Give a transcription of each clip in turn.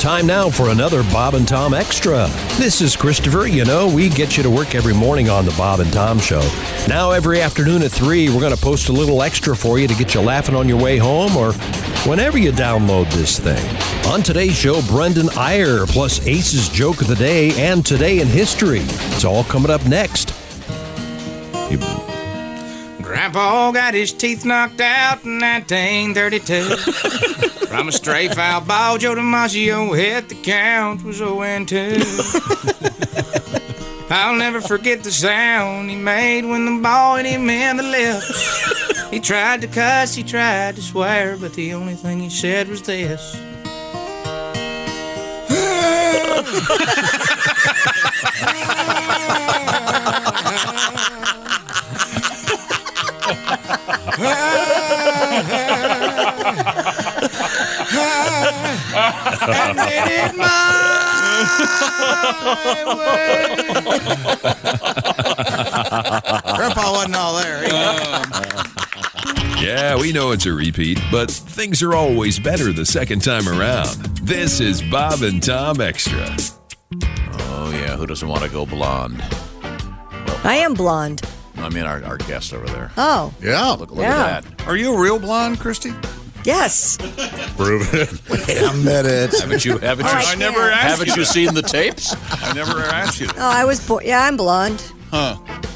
Time now for another Bob and Tom Extra. This is Christopher. You know, we get you to work every morning on the Bob and Tom Show. Now, every afternoon at 3, we're going to post a little extra for you to get you laughing on your way home or whenever you download this thing. On today's show, Brendan Iyer plus Ace's Joke of the Day and Today in History. It's all coming up next. You- Grandpa got his teeth knocked out in 1932 from a stray foul ball. Joe DiMaggio hit the count was 0 and 2. I'll never forget the sound he made when the ball hit him in the lips. He tried to cuss, he tried to swear, but the only thing he said was this. and did it my way. Grandpa wasn't all there. He Yeah, we know it's a repeat, but things are always better the second time around. This is Bob and Tom Extra. Oh, yeah. Who doesn't want to go blonde? I am blonde. I mean, our, our guest over there. Oh, Yeah. Look, look Yeah. at that. Are you a real blonde, Christy? yes. Prove it. Wait a minute. Haven't you? Haven't you? I I never can't. asked Haven't you seen the tapes? I never asked you. that. Oh, I was born. Yeah, I'm blonde. Huh.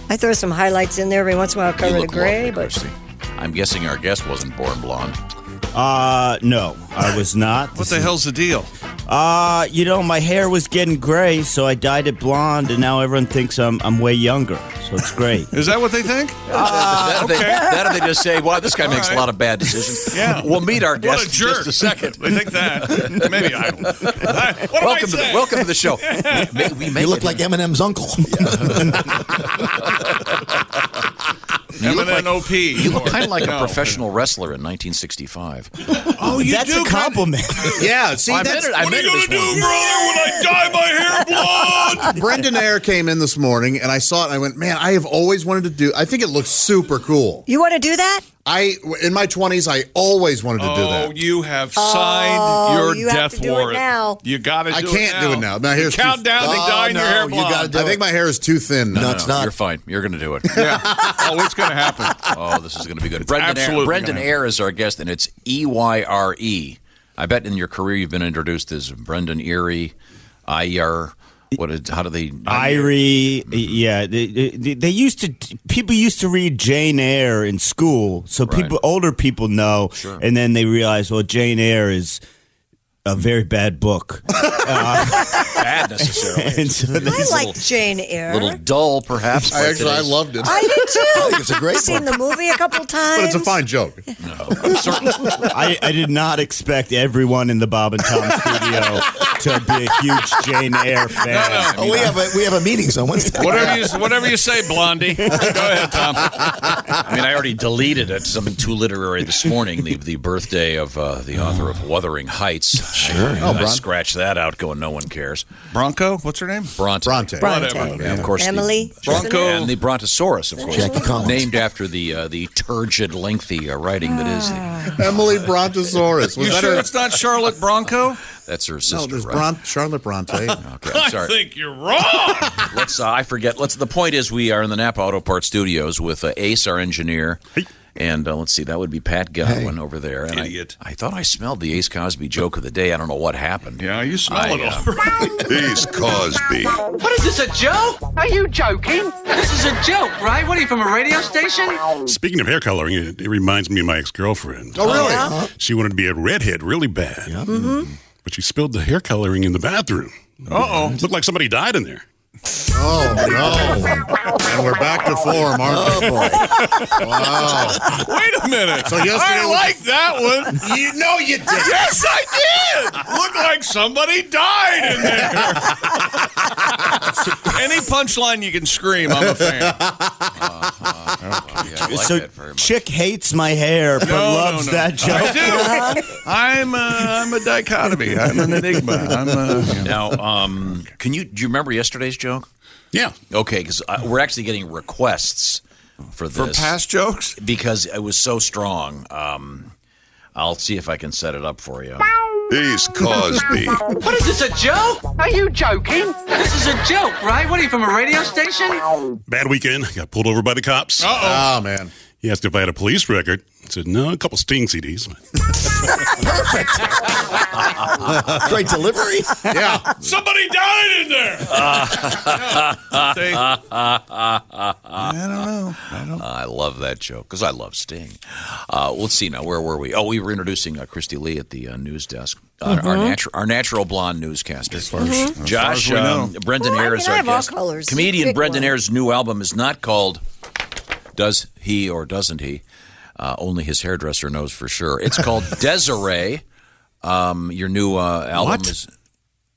I throw some highlights in there every once in a while, You cover the look gray, lovely, but Christy. I'm guessing our guest wasn't born blonde. Uh, no, I was not. What the hell's the deal? Uh, you know, my hair was getting gray, so I dyed it blonde, and now everyone thinks I'm I'm way younger. So it's great. Is that what they think? that, they, that they just say, "Wow, this guy Uh, All makes right. a lot of bad decisions." Yeah. We'll meet our guest What a jerk! in just a second. I think that. Maybe I don't. I- what Welcome to do I the, say? welcome to the show. We, we, we make You look it. like Eminem's uncle. M and N O P. You look kind of like a No. professional wrestler in 1965. Oh, you That's do a compliment. yeah, see, I that's, meant it. I What are meant you it gonna this do, brother, morning. when I dye my hair blonde? Brendan Ayer came in this morning, and I saw it. and I went, man, I have always wanted to do. I think it looks super cool. you want to do that? I in my twenties, I always wanted to do Oh, that. you have signed your Oh, you have death to do it warrant. now. You got to. I can't do it now. Now you here's too- count down to Oh, dyeing your no, hair you blonde. gotta do I think my hair is too thin. No, now. no, no, You're fine. You're going to do it. Yeah. Oh, what's going to happen? Oh, this is going to be good. Brendan absolutely Ayer, Brendan gonna Ayer is our guest, and it's E Y R E. I bet in your career you've been introduced as Brendan Erie, Iyer. What? Is, how do they? how do you- Irie, yeah, they, they, they used to people used to read Jane Eyre in school, so Right. people older people know, and then they realize, well, Jane Eyre is a very bad book, Bad necessarily. and so they, I like Jane Eyre. little dull, perhaps. I but actually I today's- loved it, I did too. think it's a great I've seen the movie a couple times. but it's a fine joke. I, I did not expect everyone in the Bob and Tom studio to be a huge Jane Eyre fan. Oh, we have a we have a meetings on Wednesday. Whatever you whatever you say, Blondie. Go ahead, Tom. I mean, I already deleted it. Something too literary this morning. The the birthday of uh, the author of Wuthering Heights. Sure. I, I scratched that out. Going, no one cares. Oh, Bronco, what's her name? Bronte. Bronte. Bronte. Whatever. And of course, the- Emily. Bronco. and the Brontosaurus, of course, Jackie Collins. named after the uh, the turgid, lengthy uh, writing that is. The, Emily Brontosaurus. Was You that sure her- it's not Charlotte Bronco? that's her No, sister. there's right? Bron- Charlotte Bronte. Okay, I'm I sorry. think you're wrong. Let's. Uh, I forget. Let's. The point is, we are in the Napa Auto Parts Studios with uh, Ace, our engineer, and uh, let's see. That would be Pat Godwin over there. And I- Idiot. I, thought I smelled the Ace Cosby joke of the day. I don't know what happened. yeah, you smell it all. Ace Cosby. What is this, a joke? Are you joking? This is a joke, right? What are you, from a radio station? Speaking of hair coloring, it, it reminds me of my ex girlfriend. Oh, really? Uh-huh. She wanted to be a redhead really bad. Mm-hmm. But she spilled the hair coloring in the bathroom. Uh oh. Looked like somebody died in there. Oh no. And we're back to form, aren't Oh, we? Wow. Wait a minute. So yesterday I was- like that one. You know you did. Yes, I did. Looked like somebody died in there. Any punchline you can scream, I'm a fan. Uh-huh. so chick hates my hair but loves that joke. I do. I'm, uh, I'm a dichotomy. I'm an enigma. I'm a, Now, um, can you do you remember yesterday's joke? Yeah. Okay, because we're actually getting requests for this For past jokes because it was so strong. Um, I'll see if I can set it up for you. He's Cosby. What is this, a joke? Are you joking? This is a joke, right? What are you, from a radio station? Bad weekend. Got pulled over by the cops. Ah, Uh-oh. man. He asked if I had a police record. I said, no, a couple Sting CDs. Perfect. Great delivery. Yeah. Somebody died in there. I don't know. I don't. I love that joke because I love Sting. Uh, let's see now. Where were we? Oh, we were introducing uh, Christy Lee at the uh, news desk. Uh, Our Mhm. natural, our natural blonde newscaster, as- Mhm. as far Josh as we know. um, Brendan Well, I Ayers, mean, I have all guest. colors. Comedian Pick Brendan one. Ayers' new album is not called "Does He or Doesn't He." Uh, only his hairdresser knows for sure. It's called Desiree. Um, your new uh, album What? is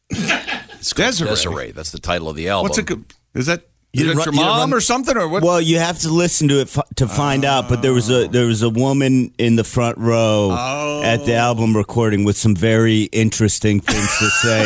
it's called Desiree. That's the title of the album. What's it? co- Is that You is that run- your you mom run- or something or what? Well, you have to listen to it f- to find out. But there was a there was a woman in the front row at the album recording with some very interesting things to say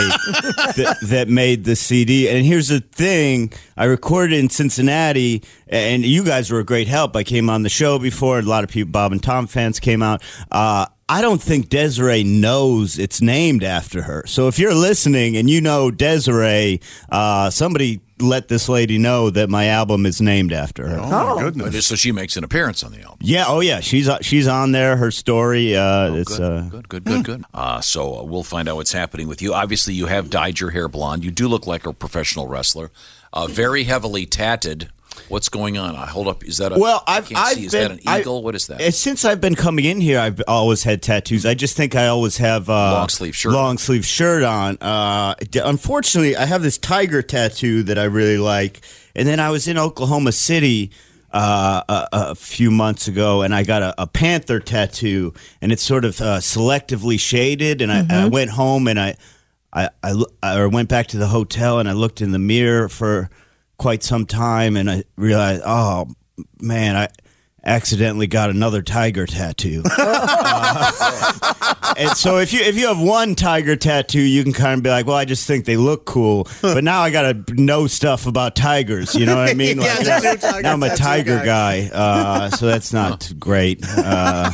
that, that made the CD. And here's the thing: I recorded in Cincinnati, and you guys were a great help. I came on the show before. A lot of people, Bob and Tom fans, came out. Uh, I don't think Desiree knows it's named after her. So if you're listening and you know Desiree, uh, somebody let this lady know that my album is named after her. Oh, But- So she makes an appearance on the album. Yeah, oh yeah, she's she's on there. Her story. Uh, it's uh, Oh, Good, good, good, good. Uh, so uh, we'll find out what's happening with you. Obviously, you have dyed your hair blonde. You do look like a professional wrestler. Uh, very heavily tatted. What's going on? I hold up. Is that a Well, I I've- can't see. I've Is been- that an I- eagle? what is that? Uh, Since I've been coming in here, I've always had tattoos. I just think I always have uh, long sleeve shirt. Long sleeve shirt on. Uh, d- unfortunately, I have this tiger tattoo that I really like. And then I was in Oklahoma City uh, a, a few months ago, and I got a, a panther tattoo, and it's sort of uh, selectively shaded. And I, I went home and I. I, I, lo- I went back to the hotel and I looked in the mirror for quite some time and I realized, oh man, I accidentally got another tiger tattoo. and so if you if you have one tiger tattoo, you can kind of be like, well, I just think they look cool. But now I gotta know stuff about tigers. You know what I mean? Yeah, Like, there's no tiger now I'm a tattoo tiger guy, uh, so that's not great. Uh,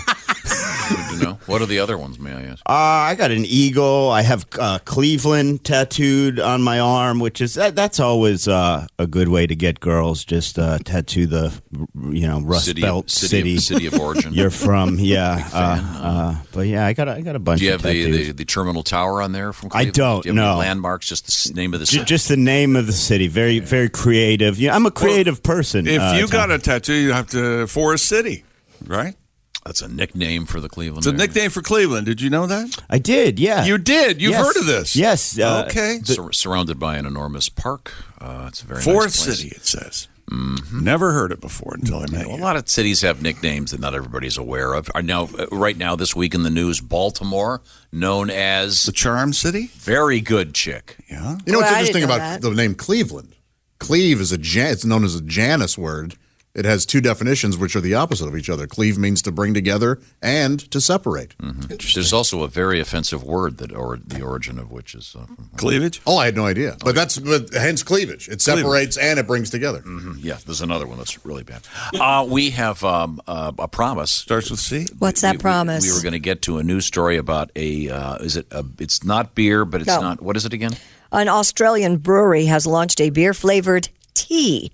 you know, what are the other ones? May I ask? uh, I got an eagle. I have uh, Cleveland tattooed on my arm, which is that, that's always uh, a good way to get girls. Just uh, tattoo the you know Rust City of- Belt city city of- city of origin. you're from. Yeah, uh, uh, but yeah, I got a- I got a bunch. Do you have of the, tattoos. the, the terminal tower on there from? I Cleveland? don't, Do you have any no. landmarks. Just the s- name of the Ju- city. just the name of the city. Very very creative. Yeah, I'm a creative person. If uh, you Tom. got a tattoo, you have to Forest City, right? That's a nickname for the Cleveland. It's a nickname for Cleveland. Did you know that? I did. Yeah, You did. You've Yes. heard of this? Yes. uh, okay. Sur- surrounded by an enormous park. Uh, it's a very nice Forest place. City, it says. Never heard it before until I met Well, you. a lot of cities have nicknames that not everybody's aware of. Are now, uh, right now, this week in the news, Baltimore, known as the Charm City. Very good chick. Yeah. You know what's Well, I interesting didn't know about the name Cleveland? Cleve is a Jan- it's known as a Janus word. It has two definitions which are the opposite of each other. Cleve means to bring together and to separate. Hmm. There's also a very offensive word that, or the origin of which is uh, from- Cleavage? Oh, I had no idea. But that's but hence cleavage. It Cleavage. separates and it brings together. yeah. There's another one that's really bad. Uh, we have um, uh, a promise. Starts with C. What's that promise? We were going to get to a news story about a. Uh, is it? A, it's not beer, but it's No. not. What is it again? An Australian brewery has launched a beer flavored tea.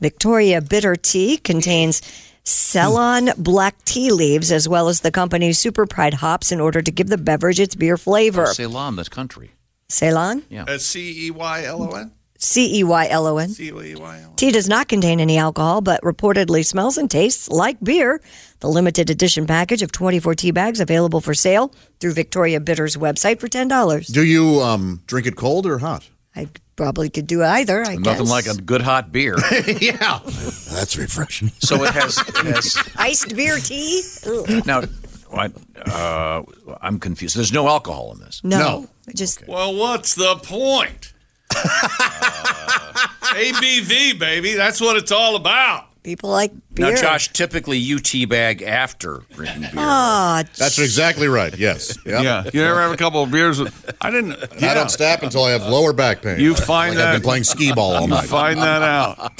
Victoria Bitter Tea contains Ceylon Hmm. black tea leaves as well as the company's super pride hops in order to give the beverage its beer flavor. Ceylon, the country. Ceylon? Uh, C E Y L O N? C E Y L O N. C E Y L O N. Tea does not contain any alcohol, but reportedly smells and tastes like beer. The limited edition package of 24 tea bags available for sale through Victoria Bitter's website for $10. Do you um, drink it cold or hot? I probably could do either. I Nothing guess. like a good hot beer. yeah, That's refreshing. So it has. It has iced beer tea. Ugh. now, what? Uh, I'm confused. There's no alcohol in this. No, just Well, what's the point? ABV, baby. That's what it's all about. people like Now, beer. Josh, typically you teabag after drinking beer. Ah, That's exactly right. Yes. Yeah. You never have a couple of beers. With, I didn't. I don't stop until I have lower back pain. Uh, You find like that I've been playing skee ball all you night. Find that out.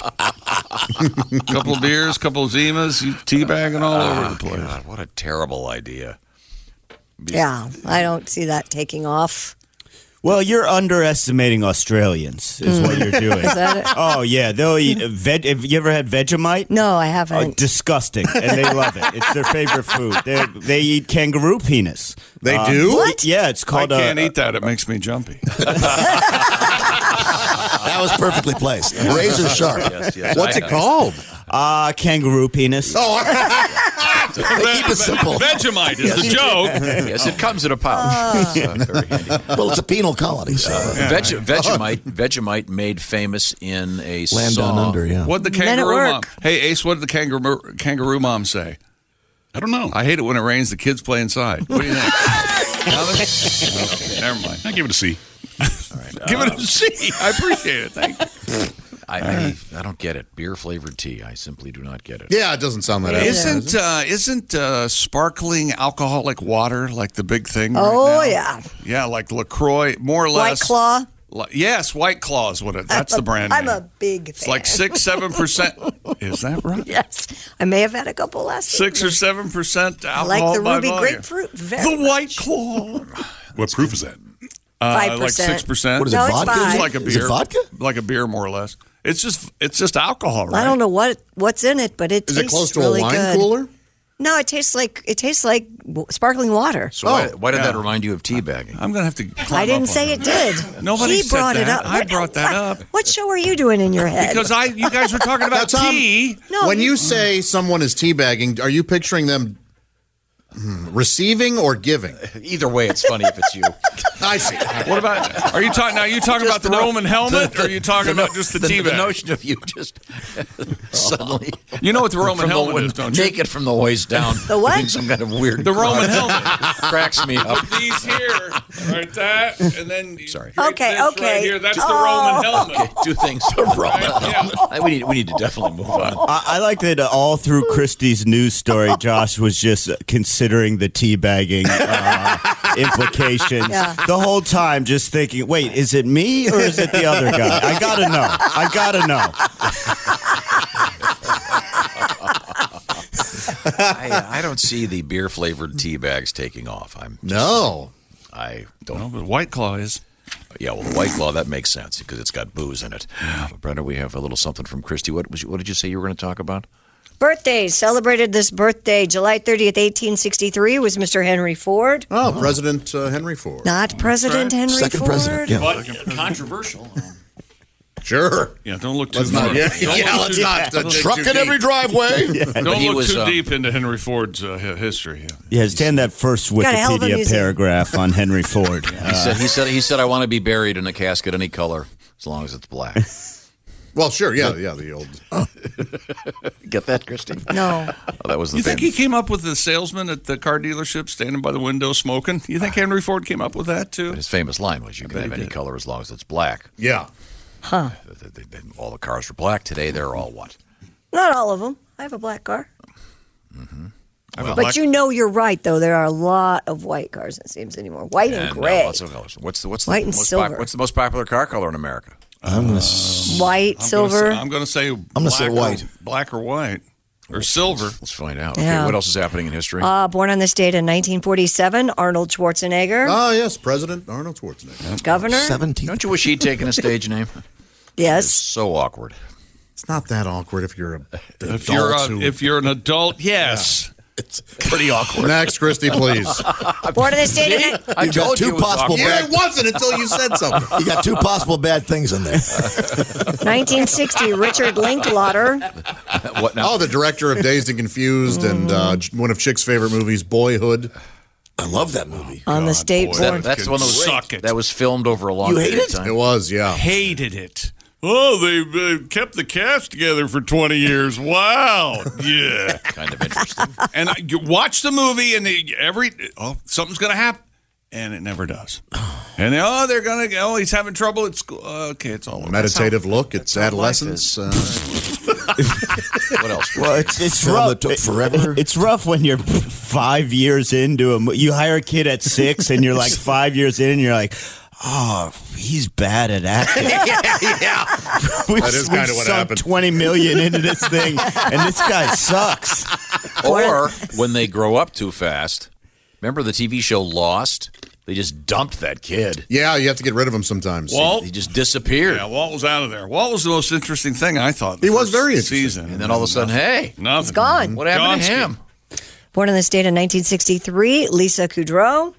couple beers, couple Zimas, you teabagging all over the place. Oh, what a terrible idea. yeah, I don't see that taking off. Well, you're underestimating Australians, is what Mm. you're doing. Is that it? Oh yeah, they'll eat. a Veg- have you ever had Vegemite? No, I Oh, haven't. Uh, disgusting, and they love it. It's their favorite food. They, they eat kangaroo penis. They do? What? Yeah, it's called. I can't uh, eat that. It makes me jumpy. That was perfectly placed. Razor sharp. Yes, yes, What's I it know. called? Uh, kangaroo penis. Oh. Keep it simple. Vegemite is the Yes. joke. Yes, it comes in a pouch. Well, it's a penal colony. So. Veg- Vegemite, Vegemite made famous in a Land song. Down Under, yeah. What the Men at kangaroo work. mom? Hey Ace, what did the kangaroo kangaroo mom say? I don't know. I hate it when it rains. The kids play inside. What do you think? okay, never mind. I give it a C. Give it a C. I appreciate it. Thank you. I, I, I don't get it. Beer flavored tea. I simply do not get it. Yeah, it doesn't sound that. out. Isn't uh, isn't uh, sparkling alcoholic water like the big thing? right Oh now? yeah, yeah, like Lacroix, more or White less. Claw. Li- yes, White Claw is what it. That's I'm the a- brand. I'm name. a big It's fan. like six, seven percent. Is that right? Yes, I may have had a couple last week. Six or seven percent I alcohol like the by ruby volume. grapefruit. Very The much. White Claw. What proof is that? Uh, 5%. like six percent. What is it, No, it's vodka? five. like a beer. Is it vodka? Like a beer, more or less. It's just it's just alcohol, right? I don't know what what's in it, but it Is it tastes close to a really wine good. cooler? No, it tastes like it tastes like w- sparkling water. So why, why did that remind you of teabagging? I'm gonna have to. I didn't say it did. Nobody he said brought it that. up. I brought that up. What show are you doing in your head? Because I, you guys were talking Now, about Tom, tea. No, when you- you say someone is teabagging, are you picturing them hmm, receiving or giving? Either way, it's funny if it's you. I see. What about? Are you talking now? You talking about the, Roman helmet, or are you talking about just the, the, tea the bag? notion of you just suddenly. You know what the Roman from helmet the, is, don't you? naked from the waist down. The what? doing Some kind of weird. The Roman crotch. helmet. cracks me up. These here, right that, and then sorry. Okay, okay. Oh, Roman helmet. Okay, two things. The Roman helmet. We need, we need to definitely move on. I, I like that uh, all through Christie's news story, Josh was just uh, considering the teabagging uh, implications Yeah. the whole time, just thinking, wait, is it me or is it the other guy? I gotta know. I gotta know. I, I don't see the beer flavored tea bags taking off. I'm No. I don't. No, but White Claw is. Yeah, well, the White Claw that makes sense because it's got booze in it. Brenda, we have a little something from Christy. What was? What did you say you were going to talk about? Birthdays celebrated this birthday, July 30th, 1863, was Mr. Henry Ford. Oh, President uh, Henry Ford. Not President Henry Second Ford. president. Yeah. controversial. Sure. Yeah, don't look too Let's not. far. Yeah, Don't yeah, look let's too- not. don't look truck too in every deep. driveway. Don't he look was, too um, deep into Henry Ford's uh, hi- history. Yeah. Yeah, stand that first Got a hell of a Wikipedia museum. paragraph on Henry Ford. He Uh, said. He said. He said. I want to be buried in a casket any color as long as it's black. Well, sure. Yeah, yeah. The old. Get that, Christy? No. Oh, that was the You think he fam- came up with the salesman at the car dealership standing by the window smoking? You think Henry Ford came up with that too? his famous line was, "You can have any color as long as it's black." Yeah. Huh. Th- th- th- All the cars were black today. They're all what? Not all of them. I have a black car. Mm-hmm. I have a But you know you're right, though. There are a lot of white cars, it seems, anymore. White and, uh, gray. lots of colors. What's the what's White the and most silver. what's the most popular car color in America? I'm gonna. s- white, I'm silver. Gonna say, I'm going to say. I'm gonna say white. Or, black or white or silver. Let's find out. Yeah. Okay, what else is happening in history? Uh, born on this date in 1947, Arnold Schwarzenegger, Oh yes, President Arnold Schwarzenegger. governor. 17. Don't you wish he'd taken a stage name? Yes. so awkward. It's not that awkward if you're a. If you're adults a, who- if you're an adult, yes. It's pretty awkward. next, Christy, please. Born on this date in. I You got told you two it was possible awkward. yeah, it bad. wasn't until you said something. You got two possible bad things in there. 1960, Richard Linklater. what now? Oh, the director of Dazed and Confused and uh, one of Chick's favorite movies, Boyhood. I love that movie. on the state That- board. that's the one that was Suck it. that was filmed over a long period of time. It was, yeah. Hated it. Oh, they uh, kept the cast together for 20 years. Wow. Yeah, kind of interesting. and I, you watch the movie, and they, every oh something's gonna happen, and it never does. And they, oh, they're gonna oh he's having trouble at school. Okay, it's all over. Meditative look. It's adolescence. Uh, what else? Well, it's, it's Film rough. that took forever. It's rough when you're five years into a. mo- You hire a kid at six, and you're like five years in, and you're like, oh, he's bad at acting. We've, That is we've kinda what sunk happened. Twenty million into this thing, and this guy sucks. Or when they grow up too fast. Remember the TV show Lost? They just dumped that kid. yeah, you have to get rid of him sometimes. Walt, He just disappeared. yeah, Walt was out of there. Walt was the most interesting thing I thought. He was very interesting. season, and then all of a sudden, hey, nothing. It's gone. What happened to Gonski. him? Born in the state in 1963, Lisa Kudrow,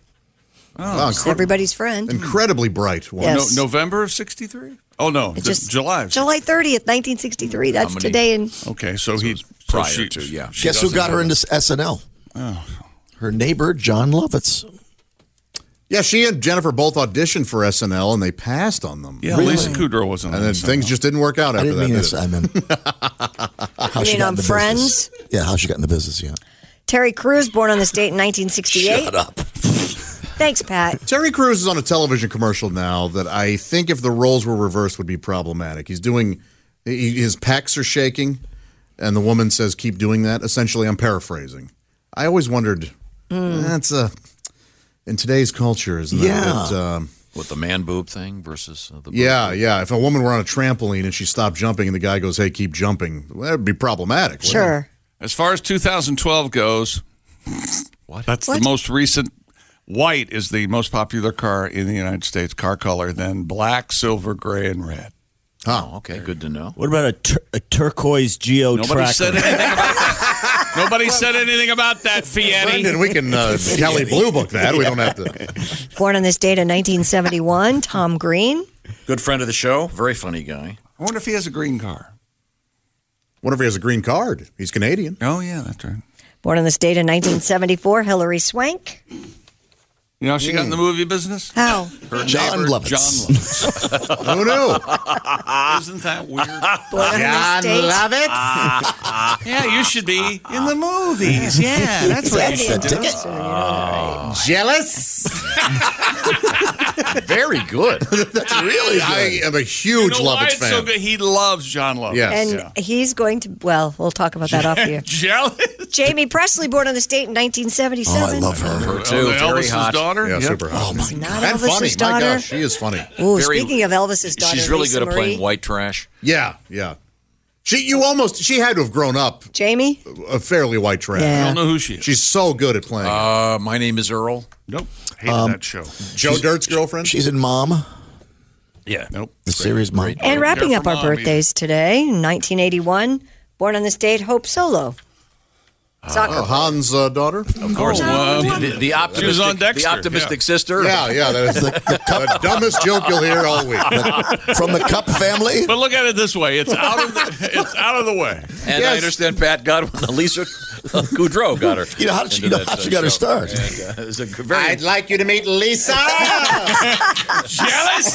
Wow, she's incre- everybody's friend. Ah, incredibly bright. Walt. Yes. No, Oh, November of '63. Oh no, It the- just- July. of July 30th, 1963. That's today in Okay, so he prior so she- to, yeah. she Guess who doesn't got know her into that. SNL? Oh. Her neighbor, John Lovitz. Yeah, she and Jennifer both auditioned for SNL and they passed on them. Yeah, Lisa Kudrow wasn't. And then things just didn't work out I after didn't that. mean did this. it? I meant how You she mean got on in the Friends? business. Yeah, how she got in the business. Yeah. Terry Crews, born on this date in 1968. Shut up. Thanks, Pat. Terry Crews is on a television commercial now that I think if the roles were reversed would be problematic. He's doing he, his pecs are shaking and the woman says keep doing that. Essentially, I'm paraphrasing. I always wondered that's a in today's culture isn't Yeah. that a bit, um, What the man boob thing versus uh, the boob yeah, yeah. If a woman were on a trampoline and she stopped jumping and the guy goes, "Hey, keep jumping." Well, that would be problematic. wouldn't it? Sure. As far as 2012 goes, What? That's What? the most recent. White is the most popular car in the United States, car color, then black, silver, gray, and red. Oh, Okay, good to know. What about a, tur- a turquoise geo Nobody tracker? said anything about that. Nobody said anything about that, Brendan, Fietti. we can uh, Kelly Blue Book that. We don't have to. Born on this date in 1971, Tom Green. Good friend of the show, very funny guy. I wonder if he has a green car. Wonder if he has a green card. He's Canadian. Oh, yeah, that's right. Born on this date in 1974, Hillary Swank. You know how she got in the movie business? How? Her John neighbor, Lovitz. Hmm. John Lovitz. Ah. Who knew? Isn't that weird? Born on this date. yeah, you should be in the movies. Yeah, that's what That's you the should do. ticket. Jealous? Very good. really? I am a huge You know why Lovitz it's fan. so good? He loves John Lovitz. Yes. And Yeah. he's going to, well, we'll talk about that off here. Jealous. Jamie Presley, born on this date in 1977. Oh, I love her. Her too, Oh, very Elvis's hot. daughter. Yeah, Yep. super Oh. hot. It's not and funny. Elvis's daughter. My gosh, she is funny. Ooh, Very- speaking of Elvis's daughter, She's really Lisa good at Marie. playing white trash. Yeah, yeah. She, you almost, she had to have grown up Jamie? a fairly white trash. I Yeah. don't know who she is. She's so good at playing. Uh, my name is Earl. nope. Hated that show. Joe Dirt's girlfriend. She's in Mom, Yeah. Nope. the series Mom. And wrapping Care up for our Mom, birthdays today, 1981, born on this date, Hope Solo. Soccer. Oh, Hans' uh, daughter. Of course. the, the optimistic, was on the Dexter, optimistic sister. Yeah, yeah. That is the, the dumbest joke you'll hear all week. from the Cup family. But look at it this way: it's out of the, it's out of the way. And I Yes. understand Pat Godwin, Lisa Goudreau got her. You know how did she, you into know, that, how she uh, got her show. start? And, uh, it was a very like you to meet Lisa. Jealous.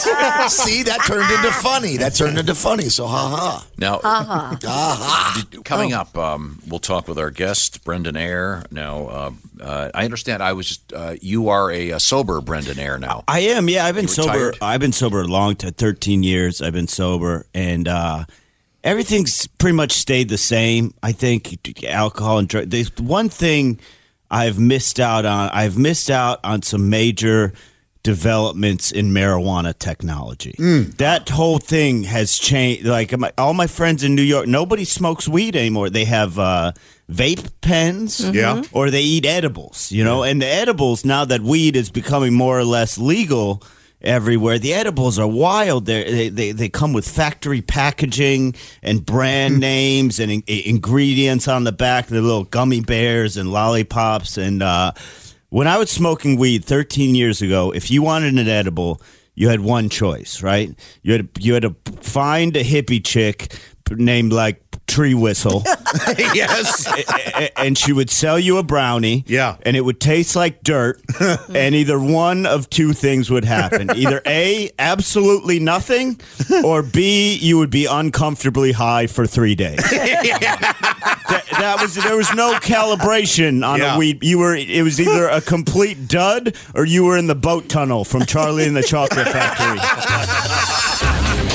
See, that turned into funny. That turned into funny. So, ha ha. Now, Did- coming up, um, we'll talk with our guest, Brendan Air. Now, uh, uh, I understand I was just, uh, you are a, uh sober Brendan Air now. I am. Yeah, I've been were sober. tired? I've been sober a long time. Thirteen years. I've been sober, and uh, everything's pretty much stayed the same. I think alcohol and drug. The one thing I've missed out on. I've missed out on some major developments in marijuana technology. That whole thing has changed. Like my, all my friends in New York, nobody smokes weed anymore. They have uh, vape pens Yeah. or they eat edibles, you know. And the edibles now that weed is becoming more or less legal everywhere, the edibles are wild. They're, they they they come with factory packaging and brand names and in, ingredients on the back. The little gummy bears and lollipops. And uh, when I was smoking weed 13 years ago, if you wanted an edible. You had one choice, right? You had you had to find a hippie chick named like Tree Whistle. yes. A- and she would sell you a brownie. Yeah. And it would taste like dirt. and either one of two things would happen either A, absolutely nothing, or B, you would be uncomfortably high for three days. that, that was there was no calibration on Yeah. a weed. You were it was either a complete dud or you were in the boat tunnel from Charlie and the Chocolate Factory.